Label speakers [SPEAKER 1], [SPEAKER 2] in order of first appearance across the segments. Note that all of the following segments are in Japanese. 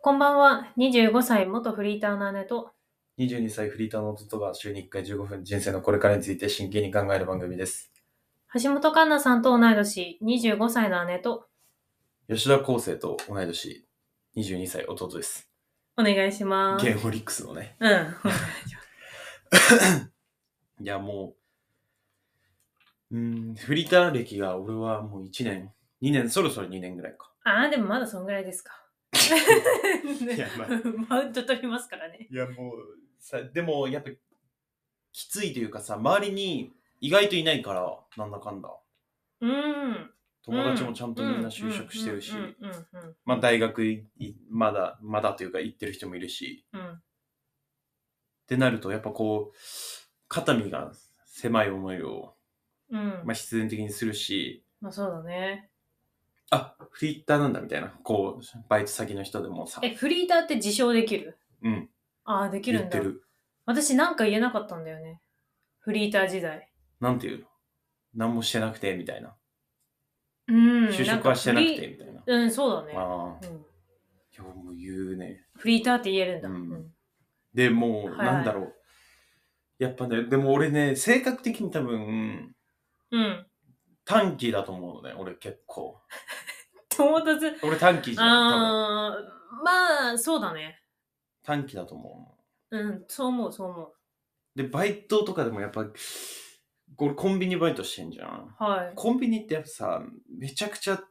[SPEAKER 1] こんばんは。25歳元フリーターの姉と、
[SPEAKER 2] 22歳フリーターの弟が週に1回15分人生のこれからについて真剣に考える番組です。
[SPEAKER 1] 橋本環奈さんと同い年、25歳の姉と、
[SPEAKER 2] 吉田康生と同い年、22歳弟です。
[SPEAKER 1] お願いします。
[SPEAKER 2] ゲームリックスのね。
[SPEAKER 1] うん。 はい
[SPEAKER 2] や、もう、うーん、フリーター歴が俺はもう1年、2年、そろそろ2年ぐらいか。
[SPEAKER 1] ああ、でもまだそんぐらいですか。
[SPEAKER 2] いやまあ
[SPEAKER 1] マウント取りますからね。
[SPEAKER 2] いや、もう、さでもやっぱ、きついというかさ、周りに意外といないから、なんだかんだ。
[SPEAKER 1] うん。
[SPEAKER 2] 友達もちゃんとみんな就職してるし
[SPEAKER 1] う、んうんうん
[SPEAKER 2] まあ大学い、いまだ、まだというか行ってる人もいるし、
[SPEAKER 1] うんうん。
[SPEAKER 2] ってなるとやっぱこう肩身が狭い思いを、
[SPEAKER 1] うん。うん
[SPEAKER 2] まあ、必然的にするし
[SPEAKER 1] まあそうだね。
[SPEAKER 2] あフリーターなんだみたいなこうバイト先の人でもさ
[SPEAKER 1] え、フリーターって自称できる
[SPEAKER 2] うん
[SPEAKER 1] ああ、でき
[SPEAKER 2] 言
[SPEAKER 1] るん
[SPEAKER 2] って
[SPEAKER 1] だ。
[SPEAKER 2] る
[SPEAKER 1] 私なんか言えなかったんだよね。フリーター時代。
[SPEAKER 2] なんていうの何もしてなくてみたいな
[SPEAKER 1] うん。
[SPEAKER 2] 就職はしてなく
[SPEAKER 1] んかフ
[SPEAKER 2] て
[SPEAKER 1] リー。
[SPEAKER 2] みたいな
[SPEAKER 1] うん、そうだね。
[SPEAKER 2] ああ
[SPEAKER 1] うん
[SPEAKER 2] いやもう言うね
[SPEAKER 1] フリーターって言えるんだ。
[SPEAKER 2] うん
[SPEAKER 1] うん
[SPEAKER 2] でもう
[SPEAKER 1] はい
[SPEAKER 2] なんだろう、やっぱねでも俺ね性格的に多分
[SPEAKER 1] うん。
[SPEAKER 2] 短期だと思うのね俺結構
[SPEAKER 1] 友達、
[SPEAKER 2] 俺短期じゃん多分
[SPEAKER 1] あーまあ、そうだね。
[SPEAKER 2] 短期だと思う
[SPEAKER 1] うん、そう思う、そう思
[SPEAKER 2] で、バイトとかでもやっぱ、俺コンビニバイトしてんじゃん。
[SPEAKER 1] う。はい。
[SPEAKER 2] コンビニってやっぱさ、めちゃくちゃ、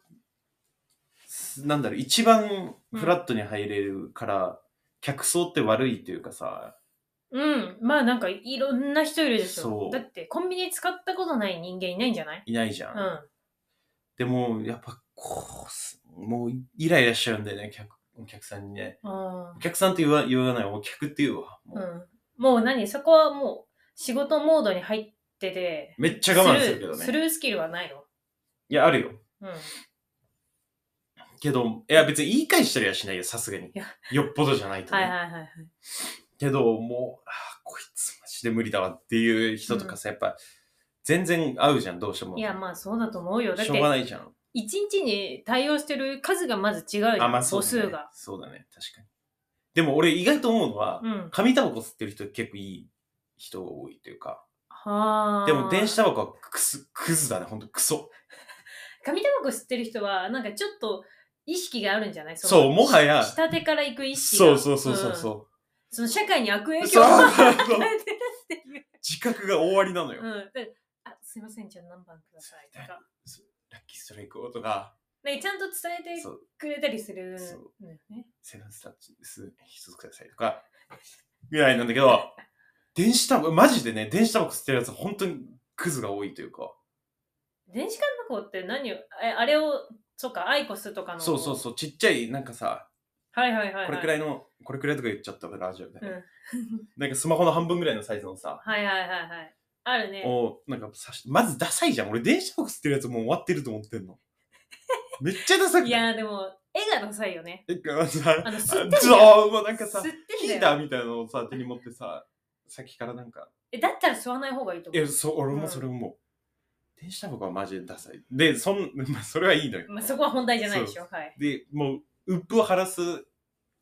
[SPEAKER 2] すなんだろう、一番フラットに入れるから、客層って悪いというかさ、
[SPEAKER 1] うん、まあなんかいろんな人いるでし
[SPEAKER 2] そ
[SPEAKER 1] ょ。
[SPEAKER 2] う
[SPEAKER 1] だってコンビニ使ったことない人間いないんじゃない
[SPEAKER 2] いないじゃ。
[SPEAKER 1] うんん。
[SPEAKER 2] でも、やっぱこうす、もうイライラしちゃうんだよね、客お客さんにね。
[SPEAKER 1] あ
[SPEAKER 2] お客さんって言わ言わない、お客って言うわ。も
[SPEAKER 1] ーう。
[SPEAKER 2] うん
[SPEAKER 1] もう何そこはもう仕事モードに入ってて、
[SPEAKER 2] めっちゃ我慢するけど
[SPEAKER 1] ス
[SPEAKER 2] ね。
[SPEAKER 1] ルースキルはない
[SPEAKER 2] いや、あるよ。
[SPEAKER 1] の。うん。
[SPEAKER 2] けど、いや、別に言い返したりはしないよ、さすがに
[SPEAKER 1] や。
[SPEAKER 2] よっぽどじゃないと、ね。
[SPEAKER 1] はいはいはいはい。
[SPEAKER 2] けどもうあーこいつマジで無理だわっていう人とかさ、やっぱ全然合うじゃんどうしても
[SPEAKER 1] いや、まあそうだと思うよ。だっ
[SPEAKER 2] してょうが、ないじゃん
[SPEAKER 1] 一日に対応してる数がまず違うじゃん
[SPEAKER 2] あまあそう
[SPEAKER 1] 母
[SPEAKER 2] だね
[SPEAKER 1] 数が。
[SPEAKER 2] そうだね確かにでも俺意外と思うのは、
[SPEAKER 1] うん。
[SPEAKER 2] 紙タバコ吸ってる人結構いい人が多いというか
[SPEAKER 1] はあ。
[SPEAKER 2] でも電子タバコはクスクズだねほんとクソ
[SPEAKER 1] 紙タバコ吸ってる人はなんかちょっと意識があるんじゃないの
[SPEAKER 2] そうもはや
[SPEAKER 1] 下手から行く意識が
[SPEAKER 2] そうそうそうそうんそ
[SPEAKER 1] その社会に悪影
[SPEAKER 2] う
[SPEAKER 1] 響
[SPEAKER 2] そう
[SPEAKER 1] を
[SPEAKER 2] そう
[SPEAKER 1] 与
[SPEAKER 2] そう
[SPEAKER 1] えてるっていう、
[SPEAKER 2] 自覚が終わりなのよ、
[SPEAKER 1] うん、だからあすいませんじゃあ何番くださいとか
[SPEAKER 2] ラッキーストライクをとか
[SPEAKER 1] なんかちゃんと伝えて
[SPEAKER 2] そう
[SPEAKER 1] くれたりする
[SPEAKER 2] そう
[SPEAKER 1] のよね
[SPEAKER 2] セブンスタッチです一つくださいとか、ぐらいなんだけど、電子タバコ、マジでね、電子タバコ吸ってるやつは本当にクズが多いというか、
[SPEAKER 1] 電子紙タバコって何をえあれをそうかアイコスとかの
[SPEAKER 2] そうそう
[SPEAKER 1] う
[SPEAKER 2] そう、ちっちゃい、なんかさ、
[SPEAKER 1] はいはいはい、はい、
[SPEAKER 2] これくら
[SPEAKER 1] い
[SPEAKER 2] いの、これくらいとか言っちゃったからラジオで、
[SPEAKER 1] うん
[SPEAKER 2] なんかスマホの半分ぐらいのサイズのさ、
[SPEAKER 1] はいはいはいはいあるね
[SPEAKER 2] を、なんかさし、まずダサいじゃん。俺、電子タバコ吸ってるやつもう終わってると思ってんの。めっちゃダサくない
[SPEAKER 1] いやーでも絵がダサいよね
[SPEAKER 2] えなんかさ、
[SPEAKER 1] あの吸ってんだよ
[SPEAKER 2] そう、もうなんかさ
[SPEAKER 1] 吸、って
[SPEAKER 2] ヒ
[SPEAKER 1] んだよ
[SPEAKER 2] ーターみたいなのをさ、手に持ってさ、先からなんか、
[SPEAKER 1] えだったら吸わない方がいいと
[SPEAKER 2] い
[SPEAKER 1] 思う
[SPEAKER 2] や、そう、俺もそれももう、電子タバコはマジでダサい。で、そん、 まあ、それはいいのよ。
[SPEAKER 1] まあ、そこは本題じゃないでしょはい、
[SPEAKER 2] で、もう、鬱憤を晴らす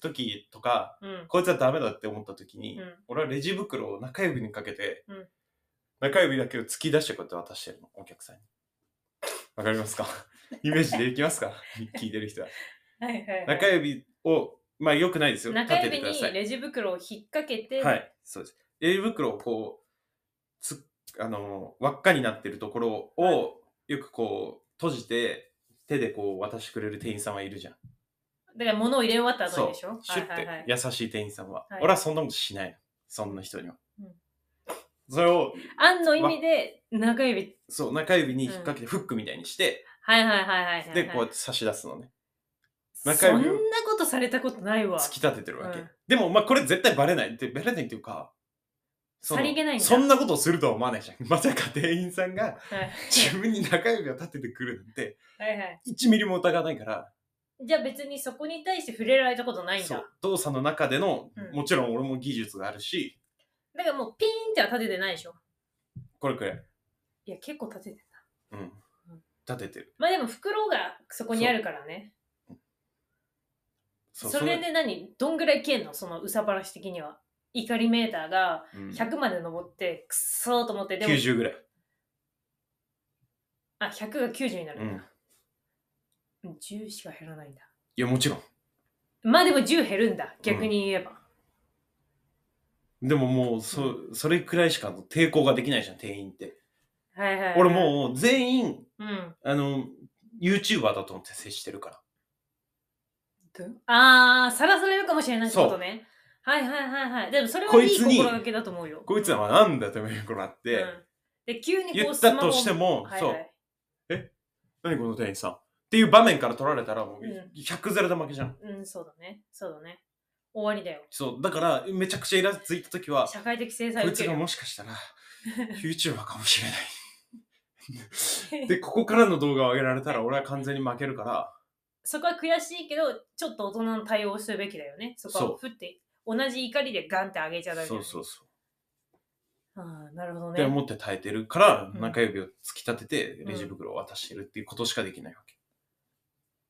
[SPEAKER 2] 時とか、
[SPEAKER 1] うん、
[SPEAKER 2] こいつはダメだって思った時に、
[SPEAKER 1] うん
[SPEAKER 2] 俺はレジ袋を中指にかけて、
[SPEAKER 1] うん
[SPEAKER 2] 中指だけを突き出してこうやって渡してるの、お客さんに。わかりますか イメージできますか 聞いてる人は。
[SPEAKER 1] はいはいはい、
[SPEAKER 2] 中指を、まあ、よくないですよ。
[SPEAKER 1] 中
[SPEAKER 2] 立てて
[SPEAKER 1] 指
[SPEAKER 2] ください。
[SPEAKER 1] にレジ袋を引っ掛けて、
[SPEAKER 2] はい、そうです。レジ袋をこう、つあの、輪っかになってるところを、
[SPEAKER 1] は
[SPEAKER 2] よくこう、閉じて、手でこう渡してくれる店員さんはいるじゃん。
[SPEAKER 1] だから物を入れ終わった後にでしょ
[SPEAKER 2] シュッ
[SPEAKER 1] はいはいは
[SPEAKER 2] て
[SPEAKER 1] い、
[SPEAKER 2] 優しい店員さんは。
[SPEAKER 1] はい
[SPEAKER 2] 俺はそんなことしないの。そんな人には。
[SPEAKER 1] うん
[SPEAKER 2] それを、
[SPEAKER 1] あんの意味で中指
[SPEAKER 2] そう、中指に引っ掛けてフックみたいにして、
[SPEAKER 1] はいはいはいはいはいはい
[SPEAKER 2] で、こうやって差し出すのね。
[SPEAKER 1] そ
[SPEAKER 2] 中
[SPEAKER 1] ん
[SPEAKER 2] 指を
[SPEAKER 1] なことされたことないわ
[SPEAKER 2] 突き立ててるわけ。
[SPEAKER 1] うん
[SPEAKER 2] でも、まあ、これ絶対バレない。で、バレないっていうか、その
[SPEAKER 1] さりげないんだ
[SPEAKER 2] そんなことをするとは思わないじゃん。ま さか店員さんが、
[SPEAKER 1] はい
[SPEAKER 2] 自分に中指を立ててくるなんて
[SPEAKER 1] はいはい
[SPEAKER 2] 1ミリも疑わないから
[SPEAKER 1] じゃあ別にそこに対して触れられたことないん
[SPEAKER 2] そ
[SPEAKER 1] だ
[SPEAKER 2] う動作の中での、
[SPEAKER 1] うん
[SPEAKER 2] もちろん俺も技術があるし
[SPEAKER 1] だからもうピーンっては立ててないでしょ
[SPEAKER 2] これくらい、
[SPEAKER 1] いや結構立ててた
[SPEAKER 2] うん、立ててる
[SPEAKER 1] まあでも袋がそこにあるからねそれで何どんぐらい消えんのそのうさばらし的には。怒りメーターが
[SPEAKER 2] それうん
[SPEAKER 1] 100まで登って、くっそーと思って、でも、
[SPEAKER 2] 90ぐらい。
[SPEAKER 1] あ、100が90になる
[SPEAKER 2] うんん
[SPEAKER 1] だ。うん、10しか減らないんだ。
[SPEAKER 2] いや、もちろん。
[SPEAKER 1] まあでも10減るんだ。逆に言えば。
[SPEAKER 2] でももう、そ、それくらいしか抵抗ができないじゃん、店員って。
[SPEAKER 1] はいはいはい。
[SPEAKER 2] 俺もう、全員、
[SPEAKER 1] う。うん。
[SPEAKER 2] あの、YouTuber だと思って接してるか
[SPEAKER 1] どあー、さらされるかもしれないって
[SPEAKER 2] そう
[SPEAKER 1] ことね。はいはいはいはい。でもそれは
[SPEAKER 2] こ
[SPEAKER 1] い
[SPEAKER 2] い
[SPEAKER 1] い
[SPEAKER 2] つに
[SPEAKER 1] 心がけだと思うよ。
[SPEAKER 2] ら。こいつら
[SPEAKER 1] は
[SPEAKER 2] はなんだとめこらっ
[SPEAKER 1] うん、
[SPEAKER 2] て、
[SPEAKER 1] で、急にこ
[SPEAKER 2] 言
[SPEAKER 1] う
[SPEAKER 2] っ
[SPEAKER 1] ス
[SPEAKER 2] た
[SPEAKER 1] マホ
[SPEAKER 2] としても、
[SPEAKER 1] はい
[SPEAKER 2] そ
[SPEAKER 1] は
[SPEAKER 2] う、
[SPEAKER 1] い、
[SPEAKER 2] 何この店員さん。っていう場面から取られたら、もう
[SPEAKER 1] うん、
[SPEAKER 2] 100ゼロで負けじゃん。
[SPEAKER 1] うん、そうだね。そうだね。終わりだよ。
[SPEAKER 2] そう、だから、めちゃくちゃイラついた時は、
[SPEAKER 1] 社会的制裁
[SPEAKER 2] こ
[SPEAKER 1] を
[SPEAKER 2] い
[SPEAKER 1] 受
[SPEAKER 2] つ
[SPEAKER 1] け
[SPEAKER 2] が
[SPEAKER 1] るよ。
[SPEAKER 2] もしかしたら、YouTuber かもしれない。で、ここからの動画を上げられたら、俺は完全に負けるから、
[SPEAKER 1] そこは悔しいけど、ちょっと大人の対応をするべきだよね。そこ
[SPEAKER 2] そ
[SPEAKER 1] はふって、同じ怒りでガンって上げちゃダメだ
[SPEAKER 2] そ
[SPEAKER 1] よ
[SPEAKER 2] う
[SPEAKER 1] ね。
[SPEAKER 2] そうそう。
[SPEAKER 1] あーなるほど
[SPEAKER 2] って
[SPEAKER 1] ね。
[SPEAKER 2] 思って耐えてるから、
[SPEAKER 1] うん
[SPEAKER 2] 中指を突き立てて
[SPEAKER 1] うん
[SPEAKER 2] レジ袋を渡してるっていうことしかできないわけ。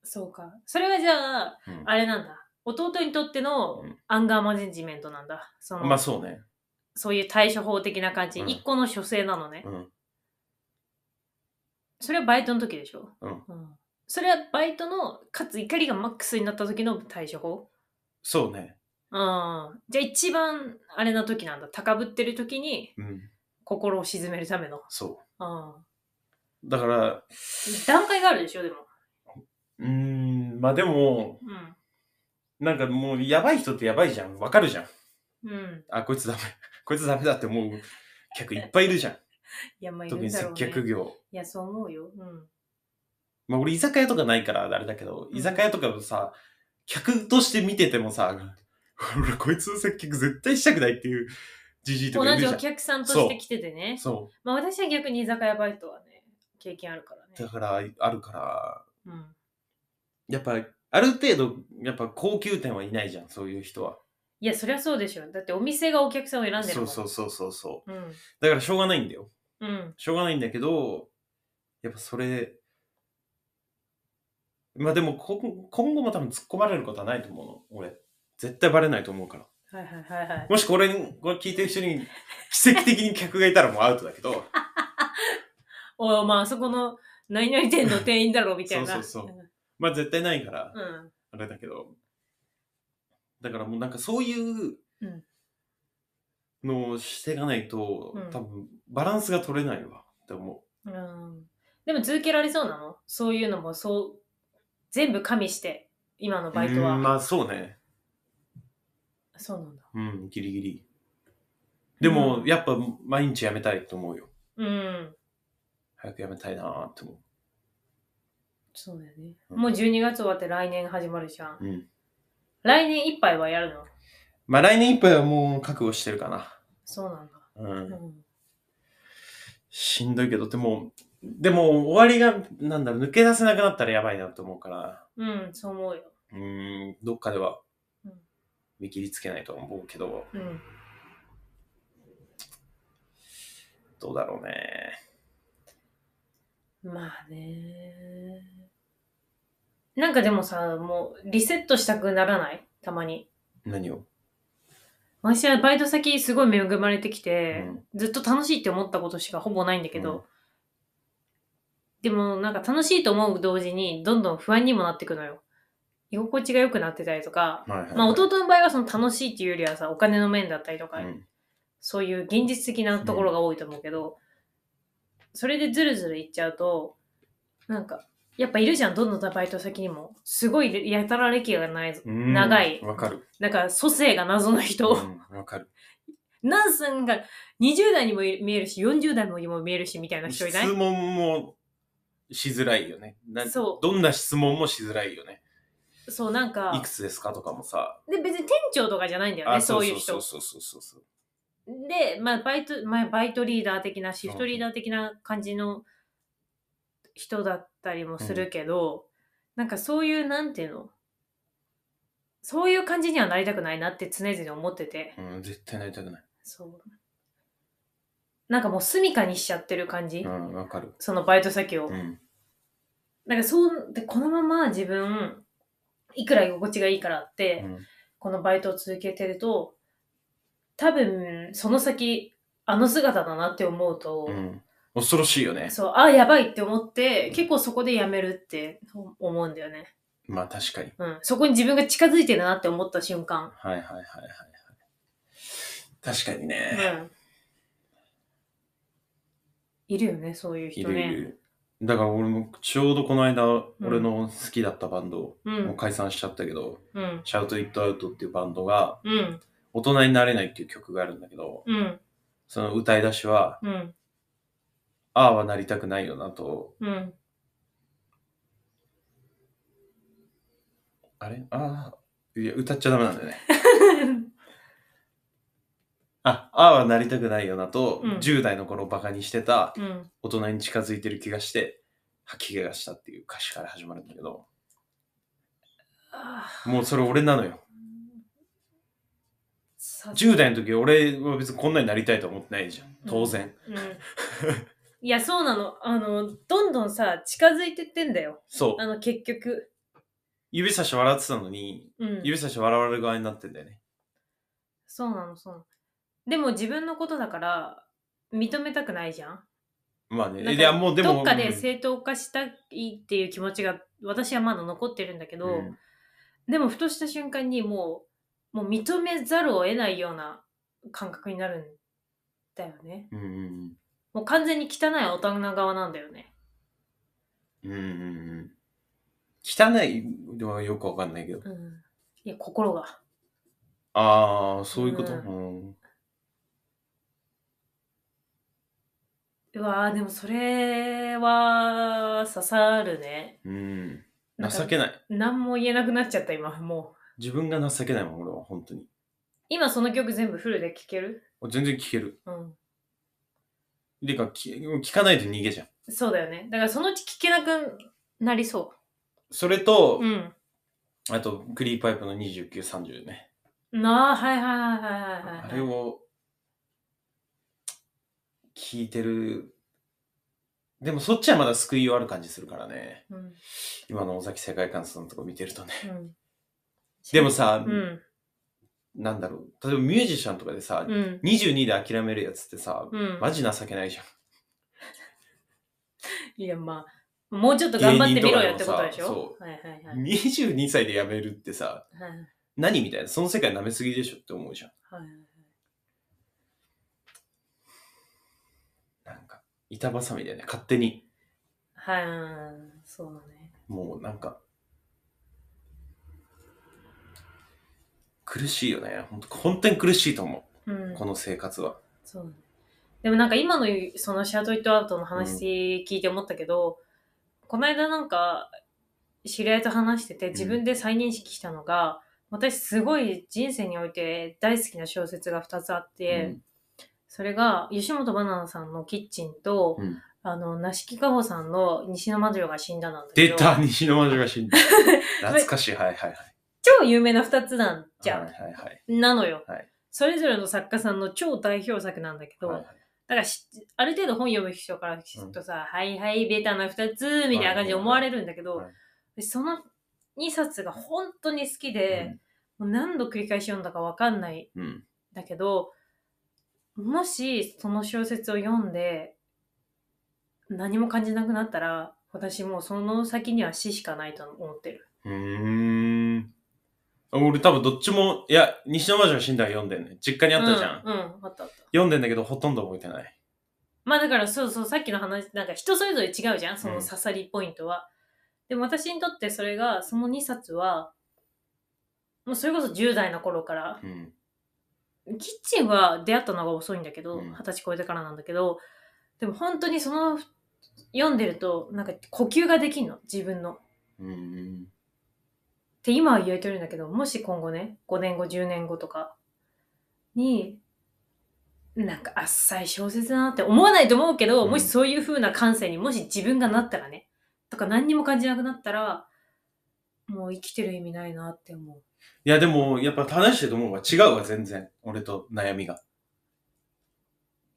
[SPEAKER 1] そうか。それがじゃあ、
[SPEAKER 2] うん
[SPEAKER 1] あれなんだ。弟にとっての
[SPEAKER 2] うん
[SPEAKER 1] アンガーマネジメントなんだ。その
[SPEAKER 2] まあそうね。
[SPEAKER 1] そういう対処法的な感じ。
[SPEAKER 2] うん
[SPEAKER 1] 一個の処世なのね
[SPEAKER 2] う。ん。
[SPEAKER 1] それはバイトの時でしょ。
[SPEAKER 2] うん
[SPEAKER 1] それはバイトの、かつ怒りがマックスになった時の対処法。
[SPEAKER 2] そうね。
[SPEAKER 1] うん。じゃあ一番あれな時なんだ。高ぶってる時に
[SPEAKER 2] うん。
[SPEAKER 1] 心を沈めるための。
[SPEAKER 2] そ
[SPEAKER 1] うん。
[SPEAKER 2] う。だから、
[SPEAKER 1] 段階があるでしょ、でも。
[SPEAKER 2] うーん、まあでも、
[SPEAKER 1] うん。
[SPEAKER 2] なんかもうやばい人ってやばいじゃん。わかるじゃん。
[SPEAKER 1] うん。
[SPEAKER 2] あ、こいつダメ。 こいつダメだって思う客いっぱいいるじゃん。
[SPEAKER 1] いや、まあ、いる
[SPEAKER 2] 特
[SPEAKER 1] ん
[SPEAKER 2] に
[SPEAKER 1] だろ
[SPEAKER 2] 接
[SPEAKER 1] う、ね。
[SPEAKER 2] 客業。
[SPEAKER 1] いや、そう思うよ。うん。
[SPEAKER 2] まあ俺居酒屋とかないからあれだけど、
[SPEAKER 1] うん
[SPEAKER 2] 居酒屋とかもさ、客として見ててもさ、俺こいつの接客絶対したくないっていうじじいとか
[SPEAKER 1] 同
[SPEAKER 2] いる
[SPEAKER 1] じ
[SPEAKER 2] じゃ
[SPEAKER 1] お
[SPEAKER 2] ん。
[SPEAKER 1] 客さんとして来ててね。
[SPEAKER 2] そう。
[SPEAKER 1] まあ、私は逆に居酒屋バイトはね、経験あるから
[SPEAKER 2] だ
[SPEAKER 1] ね。
[SPEAKER 2] から、あるから、
[SPEAKER 1] うん。
[SPEAKER 2] やっぱ、ある程度、やっぱ高級店はいないじゃん、そういう人は。
[SPEAKER 1] いや、そりゃそうでしょ。だってお店がお客さんを選んでるも
[SPEAKER 2] そ
[SPEAKER 1] ん。
[SPEAKER 2] うそうそうそうそう。
[SPEAKER 1] うん。
[SPEAKER 2] だからしょうがないんだよ。
[SPEAKER 1] うん。
[SPEAKER 2] しょうがないんだけど、やっぱそれ、まあでもこ今後も多分突っ込まれることはないと思うの、俺。絶対バレないと思うから。
[SPEAKER 1] はいはいはいはい。
[SPEAKER 2] もしこれに、これ聞いてる人に奇跡的に客がいたらもうアウトだけど、
[SPEAKER 1] おいお前、あそこの何々店の店員だろ、みたいな。
[SPEAKER 2] そうそうそうまあ絶対ないから、
[SPEAKER 1] うん。
[SPEAKER 2] あれだけど。だからもうなんかそういう
[SPEAKER 1] うん
[SPEAKER 2] のをしていかないと、
[SPEAKER 1] うん
[SPEAKER 2] 多分バランスが取れないわって思
[SPEAKER 1] うん。うん。でも続けられそうなのそういうのも、そう、全部加味して、今の
[SPEAKER 2] う。
[SPEAKER 1] バイトは。
[SPEAKER 2] うんまあそうね。
[SPEAKER 1] そうなんだ。
[SPEAKER 2] うん、ギリギリ。でも、
[SPEAKER 1] うん
[SPEAKER 2] やっぱ毎日やめたいと思うよ。
[SPEAKER 1] うん。
[SPEAKER 2] 早くやめたいなーって思
[SPEAKER 1] そうだよね。
[SPEAKER 2] うん
[SPEAKER 1] もう12月終わって来年始まるじゃん。
[SPEAKER 2] う。うん。
[SPEAKER 1] 来年いっぱいはやるの
[SPEAKER 2] まあ来年いっぱいはもう覚悟してるかな。
[SPEAKER 1] そうなんだ。
[SPEAKER 2] う。
[SPEAKER 1] うんん。
[SPEAKER 2] しんどいけど、でも、でも終わりが、なんだろう、抜け出せなくなったらやばいなと思うから、
[SPEAKER 1] うん、そう思うよ。
[SPEAKER 2] うーん、どっかでは
[SPEAKER 1] うん
[SPEAKER 2] 見切りつけないと思うけど。
[SPEAKER 1] うん。
[SPEAKER 2] どうだろうね。
[SPEAKER 1] まあね。なんかでもさ、もうリセットしたくならないたまに。
[SPEAKER 2] 何を、
[SPEAKER 1] 私はバイト先すごい恵まれてきて、
[SPEAKER 2] うん
[SPEAKER 1] ずっと楽しいって思ったことしかほぼないんだけど、でもなんか楽しいと思う同時にどんどん不安にもなってくのよ。居心地が良くなってたりとか、
[SPEAKER 2] はいはいはい
[SPEAKER 1] まあ弟の場合はその楽しいっていうよりはさ、お金の面だったりとか、
[SPEAKER 2] うん
[SPEAKER 1] そういう現実的なところが多いと思うけど、それでズルズルいっちゃうと、なんか、やっぱいるじゃん、どんどんバイト先にも。すごいやたら歴がないぞ。
[SPEAKER 2] うん
[SPEAKER 1] 長い
[SPEAKER 2] わかる。
[SPEAKER 1] なんか、蘇生が謎の人。
[SPEAKER 2] うんわかる。
[SPEAKER 1] ナンスンが20代にも見えるし、40代にも見えるし、みたいな人いない
[SPEAKER 2] 質問もしづらいよね。な
[SPEAKER 1] そう
[SPEAKER 2] どんな質問もしづらいよね。
[SPEAKER 1] そう、なん
[SPEAKER 2] い
[SPEAKER 1] か
[SPEAKER 2] く、つですかとかもさ。
[SPEAKER 1] で、別に店長とかじゃないんだよね、
[SPEAKER 2] あ、
[SPEAKER 1] そういう
[SPEAKER 2] そ
[SPEAKER 1] 人
[SPEAKER 2] う。そうそうそうそう。
[SPEAKER 1] で、まあ、バイト、まあ、バイトリーダー的な、シフトリーダー的な感じの人だったりもするけど、なんかそういう、なんていうの、そういう感じにはなりたくないなって常々思ってて、
[SPEAKER 2] うん、絶対なりたくない。
[SPEAKER 1] そう。なんかもう住みかにしちゃってる感じ、
[SPEAKER 2] うん、わかる。
[SPEAKER 1] そのバイト先を。
[SPEAKER 2] うん。
[SPEAKER 1] なんかそう、で、このまま自分、いくら居心地がいいからって、
[SPEAKER 2] うん
[SPEAKER 1] このバイトを続けてると多分その先あの姿だなって思うと、
[SPEAKER 2] うん、恐ろしいよね
[SPEAKER 1] そうあやばいって思って結構そこでやめるって思うんだよね、
[SPEAKER 2] まあ確かに
[SPEAKER 1] うん、そこに自分が近づいてるなって思った瞬間、
[SPEAKER 2] はいはいはいはいはい確かに
[SPEAKER 1] う
[SPEAKER 2] ね、
[SPEAKER 1] ん、いるよねそういう
[SPEAKER 2] い
[SPEAKER 1] 人
[SPEAKER 2] る
[SPEAKER 1] ね
[SPEAKER 2] いるだから俺もちょうどこの間、
[SPEAKER 1] ん
[SPEAKER 2] 俺の好きだったバンド
[SPEAKER 1] う
[SPEAKER 2] もうん解散しちゃったけど、
[SPEAKER 1] うん
[SPEAKER 2] シャウト・イット・アウトっていうバンドが
[SPEAKER 1] うん
[SPEAKER 2] 「大人になれない」っていう曲があるんだけど
[SPEAKER 1] うん
[SPEAKER 2] その歌い出しは
[SPEAKER 1] うん
[SPEAKER 2] 「ああはなりたくないよな」と
[SPEAKER 1] うん
[SPEAKER 2] 「あれああ」いや歌っちゃダメなんだよねあ、ああはなりたくないよなと、
[SPEAKER 1] うん
[SPEAKER 2] 10代の頃バカにしてた
[SPEAKER 1] うん
[SPEAKER 2] 大人に近づいてる気がして、吐き気がしたっていう歌詞から始まるんだけど、
[SPEAKER 1] あー
[SPEAKER 2] もうそれ俺なのよ。
[SPEAKER 1] さ
[SPEAKER 2] 10代の時俺は別にこんなになりたいと思ってないじゃん。当然。
[SPEAKER 1] うんいや、そうなの。あの、どんどんさ、近づいてってんだよ。
[SPEAKER 2] そ
[SPEAKER 1] あ
[SPEAKER 2] う。
[SPEAKER 1] の、結局。
[SPEAKER 2] 指差し笑ってたのに、
[SPEAKER 1] うん。
[SPEAKER 2] 指差し笑われる側になってんだよね。
[SPEAKER 1] そうなの、そうなの。でも自分のことだから、認めたくないじゃん。
[SPEAKER 2] まあね。
[SPEAKER 1] なん
[SPEAKER 2] い
[SPEAKER 1] か
[SPEAKER 2] や、もうでも。
[SPEAKER 1] どっかで
[SPEAKER 2] うん
[SPEAKER 1] 正当化したいっていう気持ちが、私はまだ残ってるんだけど、
[SPEAKER 2] うん
[SPEAKER 1] でも、ふとした瞬間にもう、もう認めざるを得ないような感覚になるんだよね。
[SPEAKER 2] うんうん
[SPEAKER 1] もう完全に汚い大人側なんだよね。
[SPEAKER 2] うん。うんうんうん。汚いのはよくわかんないけど。
[SPEAKER 1] うん。いや、心が。
[SPEAKER 2] ああ、そういうこと、
[SPEAKER 1] う
[SPEAKER 2] うん
[SPEAKER 1] うわーでもそれは刺さるね。
[SPEAKER 2] うん。
[SPEAKER 1] なんか
[SPEAKER 2] 情けない。
[SPEAKER 1] 何も言えなくなっちゃった今もう。
[SPEAKER 2] 自分が情けないもん、俺は、本当に。
[SPEAKER 1] 今その曲全部フルで聴ける
[SPEAKER 2] 全然聞ける。
[SPEAKER 1] うん。
[SPEAKER 2] てか、き聞かないと逃げじゃん。
[SPEAKER 1] そうだよね。だからそのうち聴けなくなりそ
[SPEAKER 2] それと、
[SPEAKER 1] う。うん。
[SPEAKER 2] あと、クリーパイプの29、30ね。
[SPEAKER 1] なあ、はいはいはいはいはいはい。
[SPEAKER 2] あれを、聞いてる。でも、そっちはまだ救いはある感じするからね。
[SPEAKER 1] うん。
[SPEAKER 2] 今の尾崎世界観さんのとこ見てるとね。
[SPEAKER 1] うん。
[SPEAKER 2] でもさ、
[SPEAKER 1] うん。
[SPEAKER 2] なんだろう。例えばミュージシャンとかでさ、
[SPEAKER 1] うん。
[SPEAKER 2] 22で諦めるやつってさ、
[SPEAKER 1] うん。
[SPEAKER 2] マジ情けないじゃん。
[SPEAKER 1] いや、まあ、もうちょっと頑張ってみろよってことでし
[SPEAKER 2] 芸人
[SPEAKER 1] ょ
[SPEAKER 2] と
[SPEAKER 1] はいはいはい。
[SPEAKER 2] 22歳で辞めるってさ、
[SPEAKER 1] はいはい
[SPEAKER 2] 何みたいな。その世界舐めすぎでしょって思うじゃん。
[SPEAKER 1] はいはい。
[SPEAKER 2] なんか、板挟みだよね。勝手に。
[SPEAKER 1] はいはいはいはい、そうだね。
[SPEAKER 2] もうなんか、苦しいよね。本当本当に苦しいと思
[SPEAKER 1] う
[SPEAKER 2] う。
[SPEAKER 1] ん。
[SPEAKER 2] この生活は。
[SPEAKER 1] そうだね。でもなんか今のそのシャドウイットアウトの話聞いて思ったけど、この間なんか知り合いと話してて自分で再認識したのが、私すごい人生において大好きな小説が2つあって、それが吉本バナナさんの「キッチンと」
[SPEAKER 2] うん
[SPEAKER 1] あの梨木かほさんの「西の魔女が死んだ」なんだけ
[SPEAKER 2] 出
[SPEAKER 1] ど
[SPEAKER 2] た西の魔女が死 んだ。懐かしい。はいはいはい。
[SPEAKER 1] 超有名な2つなんじゃん、
[SPEAKER 2] はいはいはい。
[SPEAKER 1] なのよ、
[SPEAKER 2] はい
[SPEAKER 1] それぞれの作家さんの超代表作なんだけど、
[SPEAKER 2] はいはい
[SPEAKER 1] だからしある程度本読む人からするとさ、はいはいベタな2つみたいな感じで
[SPEAKER 2] はい
[SPEAKER 1] 思われるんだけど、
[SPEAKER 2] はい
[SPEAKER 1] その2冊が本当に好きで、もう何度繰り返し読んだかわかんない
[SPEAKER 2] うんうん。
[SPEAKER 1] んだけどもしその小説を読んで何も感じなくなったら私もうその先には死しかないと思ってる。
[SPEAKER 2] うーん。俺多分どっちも、いや、西の魔女が死んだは読んでんね。実家にあったじゃん。
[SPEAKER 1] うん、うん、あったあった。
[SPEAKER 2] 読んでんだけど、ほとんど覚えてない。
[SPEAKER 1] まあだからそうそうさっきの話なんか人それぞれ違うじゃんその
[SPEAKER 2] うん
[SPEAKER 1] 刺さりポイントは、でも私にとってそれがその2冊はもうそれこそ10代の頃から
[SPEAKER 2] うん。
[SPEAKER 1] キッチンは出会ったのが遅いんだけど、
[SPEAKER 2] うん
[SPEAKER 1] 二十歳超えてからなんだけどでも本当にその読んでるとなんか呼吸ができんの自分のっ
[SPEAKER 2] うーん。
[SPEAKER 1] て今は言えてるんだけどもし今後ね5年後10年後とかになんかあっさい小説だなって思わないと思うけど、
[SPEAKER 2] うん
[SPEAKER 1] もしそういう風な感性にもし自分がなったらねとか何にも感じなくなったらもう生きてる意味ないなって思う
[SPEAKER 2] いや、でも、やっぱ話してると思うわ。違うわ、全然。俺と悩みが。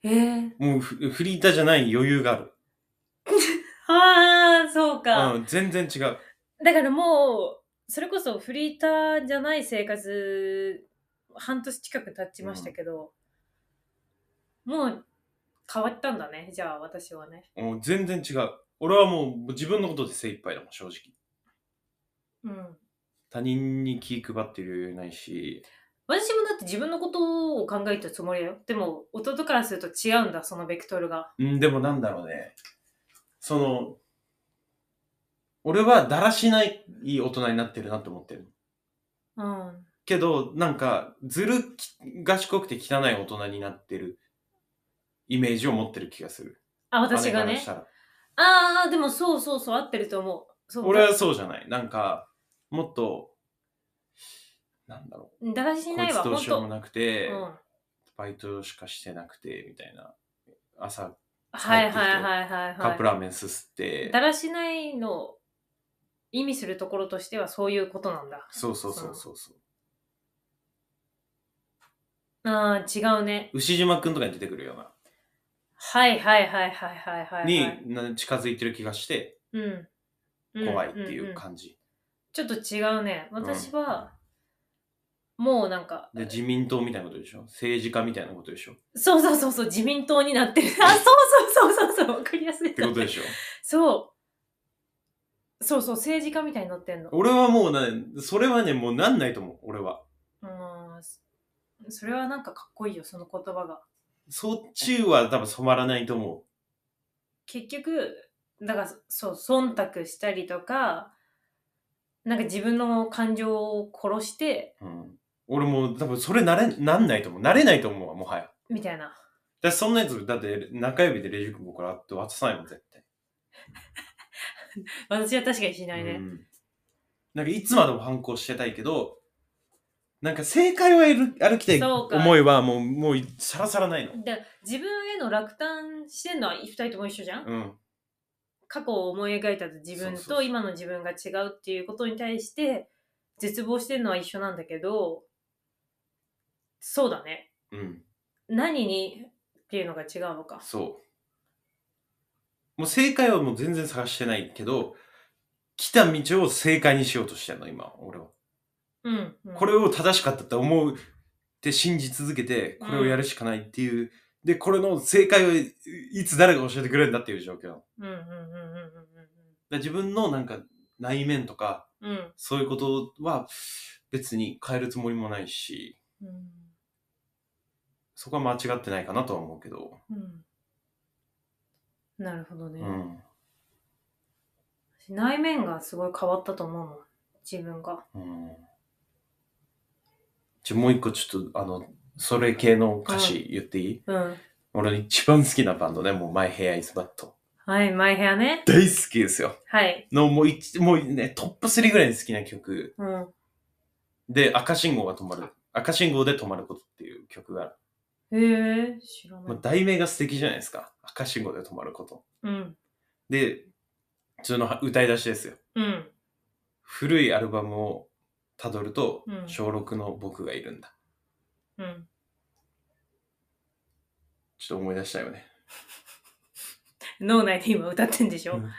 [SPEAKER 1] えー、
[SPEAKER 2] もうフ、フリーターじゃない余裕がある。
[SPEAKER 1] ああそうか、
[SPEAKER 2] うん、全然違う。
[SPEAKER 1] だからもそれこそフリーターじゃない生活半年近く経ちましたけど、もう変わったんだねじゃあ私はね
[SPEAKER 2] もう全然違う。俺はもう自分のことで精一杯だもん、正直。
[SPEAKER 1] うん
[SPEAKER 2] 他人に気配ってる余裕ないし、
[SPEAKER 1] 私もだって自分のことを考えたつもりだよでも弟からすると違うんだそのベクトルが
[SPEAKER 2] うん、でもなんだろうね。その、俺はだらしないいい大人になってるなって思ってる。
[SPEAKER 1] うん
[SPEAKER 2] けど、なんか、ずるき賢くて汚い大人になってるイメージを持ってる気がする。
[SPEAKER 1] あ私が
[SPEAKER 2] 姉から
[SPEAKER 1] ね
[SPEAKER 2] したら
[SPEAKER 1] ああでもそうそうそう合ってると思うそう
[SPEAKER 2] 俺はそうじゃない。なんか、もっと、なんだろ
[SPEAKER 1] だらし
[SPEAKER 2] う。
[SPEAKER 1] ないわ
[SPEAKER 2] こいつどう
[SPEAKER 1] 本
[SPEAKER 2] しようも
[SPEAKER 1] 当
[SPEAKER 2] なくて、
[SPEAKER 1] うん
[SPEAKER 2] バイトしかしてなくて、みたいな。朝、
[SPEAKER 1] はいはいはいはい
[SPEAKER 2] カップ
[SPEAKER 1] は
[SPEAKER 2] ラーメンすすって、
[SPEAKER 1] いだらしないの意味するところとしてはそういうことなんだ
[SPEAKER 2] そうそうそうそうそう。
[SPEAKER 1] ああ違うね
[SPEAKER 2] 牛島くんとかに出てくるような、
[SPEAKER 1] はいはいはいはいはいはい、はい、
[SPEAKER 2] にな近づいてる気がして、
[SPEAKER 1] うん、うん
[SPEAKER 2] 怖いってい
[SPEAKER 1] ん
[SPEAKER 2] うん感じ。
[SPEAKER 1] ちょっと違うね私は、もうなんか
[SPEAKER 2] で、自民党みたいなことでしょ政治家みたいなこと でしょっ
[SPEAKER 1] そうそうそうそう自民党にな ってるあそうそうそうそうそうわかりやすい
[SPEAKER 2] てことでしょ
[SPEAKER 1] そうそうそう政治家みたいになってんの
[SPEAKER 2] 俺はもうな、それはね、もうなんないと思う、俺は。
[SPEAKER 1] うんそそれはなんかかっこいいよその言葉が
[SPEAKER 2] そっちは多分染まらないと思
[SPEAKER 1] 結局だからそう忖度したりとかなんか自分の感情を殺して
[SPEAKER 2] う。うん。俺も多分それなれ、なんないと思う。なれないと思うわ、もはや。
[SPEAKER 1] みたいな
[SPEAKER 2] だってそんなやつ、だって中指でレジ袋からって渡さないもん、絶対。
[SPEAKER 1] 私は確かにしないね、
[SPEAKER 2] うんなんかいつまでも反抗してたいけど、なんか正解は歩歩きたい
[SPEAKER 1] そうか
[SPEAKER 2] 思いはもう、もうさらさらないの。
[SPEAKER 1] で自分への落胆してんのは2人とも一緒じゃん、
[SPEAKER 2] うん。
[SPEAKER 1] 過去を思い描いた自分
[SPEAKER 2] そうそうそ
[SPEAKER 1] と
[SPEAKER 2] う
[SPEAKER 1] 今の自分が違うっていうことに対して絶望してるのは一緒なんだけどそうだね
[SPEAKER 2] うん。
[SPEAKER 1] 何にっていうのが違うのか
[SPEAKER 2] そう。もう正解はもう全然探してないけど、来た道を正解にしようとしてるの、今、俺は。
[SPEAKER 1] うん、うん、
[SPEAKER 2] これを正しかったって思うって信じ続けて、これをやるしかないっていう。で、これの正解をいいつ誰が教えてくれるんだっていう状況。だか
[SPEAKER 1] うんうんうんうんう
[SPEAKER 2] ら自分のなんか内面とか、
[SPEAKER 1] んうんうん
[SPEAKER 2] そういうことは別に変えるつもりもないし、
[SPEAKER 1] うん
[SPEAKER 2] そこは間違ってないかなとは思うけど。
[SPEAKER 1] うんなるほどね
[SPEAKER 2] う、ん。
[SPEAKER 1] 私内面がすごい変わったと思うもん自分が
[SPEAKER 2] うん。じゃあもう一個ちょっと、あの、それ系の歌詞言っていい、
[SPEAKER 1] うん
[SPEAKER 2] 俺の一番好きなバンドね、もう My Hair is Bad。
[SPEAKER 1] はいマイヘアね
[SPEAKER 2] 大好きですよ。
[SPEAKER 1] はい
[SPEAKER 2] の、もう一、もうね、トップ3ぐらいに好きな曲。
[SPEAKER 1] うん
[SPEAKER 2] で、赤信号が止まる。赤信号で止まることっていう曲がある。
[SPEAKER 1] へえ知らな
[SPEAKER 2] まあ
[SPEAKER 1] い、
[SPEAKER 2] 題名が素敵じゃないですか。赤信号で止まること。
[SPEAKER 1] うん
[SPEAKER 2] で、その歌い出しですよ。
[SPEAKER 1] うん
[SPEAKER 2] 古いアルバムをたどると、
[SPEAKER 1] うん
[SPEAKER 2] 小6の僕がいるんだ。
[SPEAKER 1] うん
[SPEAKER 2] ちょっと思い出したよね。
[SPEAKER 1] 脳内で今歌ってんでしょ、
[SPEAKER 2] うん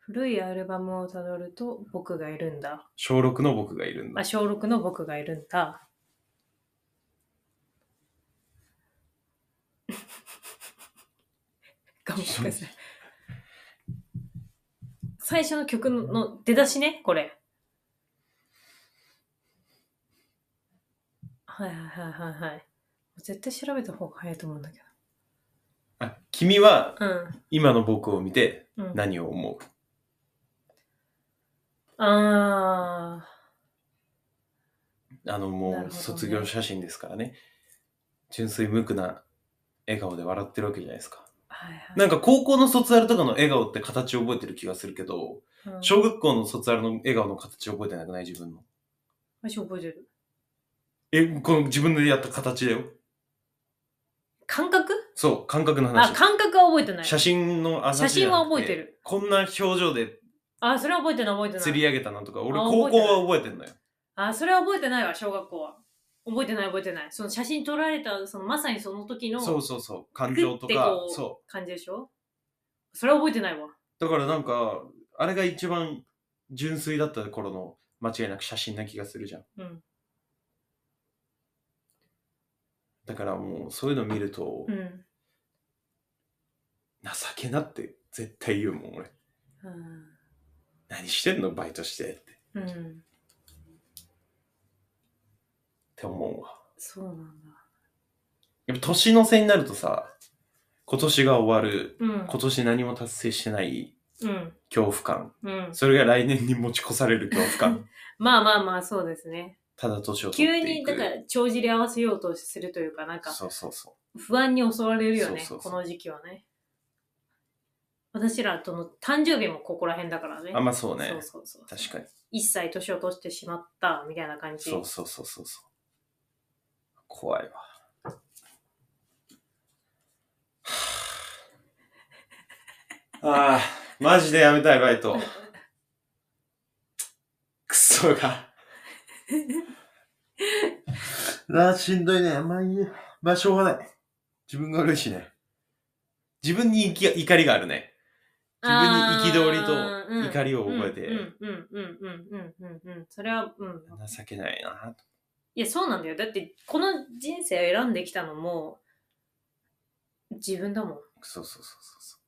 [SPEAKER 1] 古いアルバムをたどると僕がいるんだ。
[SPEAKER 2] 小6の僕がいるんだ
[SPEAKER 1] あ、。小6の僕がいるん だ。頑張ってください。最初の曲のの出だしね、これ。はいはいはいはいはい。絶対調べた方が早いと思うんだけ
[SPEAKER 2] あ君は
[SPEAKER 1] ど。
[SPEAKER 2] 今の僕を見て
[SPEAKER 1] うん。うん、
[SPEAKER 2] 何を思う
[SPEAKER 1] ああ。
[SPEAKER 2] あ
[SPEAKER 1] な
[SPEAKER 2] の
[SPEAKER 1] る
[SPEAKER 2] も
[SPEAKER 1] ほ
[SPEAKER 2] う
[SPEAKER 1] どね
[SPEAKER 2] 卒業写真ですからね。純粋無垢な笑顔で笑ってるわけじゃないですか。
[SPEAKER 1] はいはい。
[SPEAKER 2] なんか高校の卒アルとかの笑顔って形を覚えてる気がするけど、
[SPEAKER 1] うん
[SPEAKER 2] 小学校の卒アルの笑顔の形を覚えてなくない自分の。
[SPEAKER 1] 私覚えてる。
[SPEAKER 2] え、この自分でやった形だよ。
[SPEAKER 1] 感覚
[SPEAKER 2] そう、感覚の話
[SPEAKER 1] あ、。感覚は覚えてない。
[SPEAKER 2] 写真のあ
[SPEAKER 1] 写真は覚えてる。
[SPEAKER 2] こんな表情で
[SPEAKER 1] あ、それは覚えてない、覚えてない。
[SPEAKER 2] 釣り上げたなとか、俺
[SPEAKER 1] あ
[SPEAKER 2] 高校は覚えてんのよ。
[SPEAKER 1] あ、それは覚えてないわ、小学校は。覚えてない、覚えてない。その写真撮られた、そのまさにその時の
[SPEAKER 2] そうそうそう、感情と
[SPEAKER 1] グッて
[SPEAKER 2] か
[SPEAKER 1] こ、う
[SPEAKER 2] そ
[SPEAKER 1] 感じでしょそれは覚えてないわ。
[SPEAKER 2] う。だからなんか、あれが一番純粋だった頃の間違いなく写真な気がするじゃん。
[SPEAKER 1] うん
[SPEAKER 2] だからもうそういうの見ると、
[SPEAKER 1] うん
[SPEAKER 2] 情けなって絶対言うもん俺。何してんのバイトしてって
[SPEAKER 1] うん、うん、
[SPEAKER 2] って思うわ。
[SPEAKER 1] そうなんだ
[SPEAKER 2] やっぱ年の瀬になるとさ、今年が終わる、
[SPEAKER 1] うん
[SPEAKER 2] 今年何も達成してない
[SPEAKER 1] うん
[SPEAKER 2] 恐怖感。
[SPEAKER 1] うん
[SPEAKER 2] それが来年に持ち越される恐怖 感。
[SPEAKER 1] まあまあまあそうですね
[SPEAKER 2] ただ年を取
[SPEAKER 1] 急
[SPEAKER 2] ってい
[SPEAKER 1] に
[SPEAKER 2] く。
[SPEAKER 1] だから帳尻合わせようとするというかなんか
[SPEAKER 2] そうそうそ
[SPEAKER 1] 不安に襲われるよね
[SPEAKER 2] そうそうそう
[SPEAKER 1] この時期はね私らとの誕生日もここら辺だからね
[SPEAKER 2] う。あ、まあそうね。
[SPEAKER 1] そうそうそう
[SPEAKER 2] 確かに。
[SPEAKER 1] 一歳年を取ってしまったみたいな感じ
[SPEAKER 2] そうそうそうそうそう。怖いわ。はあああ、マジでやめたいバイト。クソが。ああ、しんどいね。まあいいや。まあしょうがない。自分が悪いしね。自分に怒り怒りがあるね。自分に憤りと怒りを覚えて
[SPEAKER 1] うんうんうんうんうんうんうんうんそれはうん
[SPEAKER 2] 情けないな。
[SPEAKER 1] いやそうなんだよだってこの人生を選んできたのも自分だもん
[SPEAKER 2] そうそうそうそうそ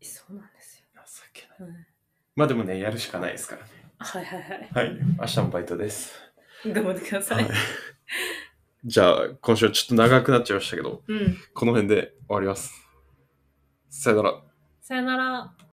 [SPEAKER 2] う。
[SPEAKER 1] そうなんですよ、
[SPEAKER 2] 情けない。
[SPEAKER 1] うん、
[SPEAKER 2] まあでもね、やるしかないですからね。
[SPEAKER 1] はいはいはい
[SPEAKER 2] はい。明日もバイトです。
[SPEAKER 1] 頑張ってください、
[SPEAKER 2] はいじゃあ、今週はちょっと長くなっちゃいましたけど、
[SPEAKER 1] うん
[SPEAKER 2] この辺で終わります。さよなら。
[SPEAKER 1] さよなら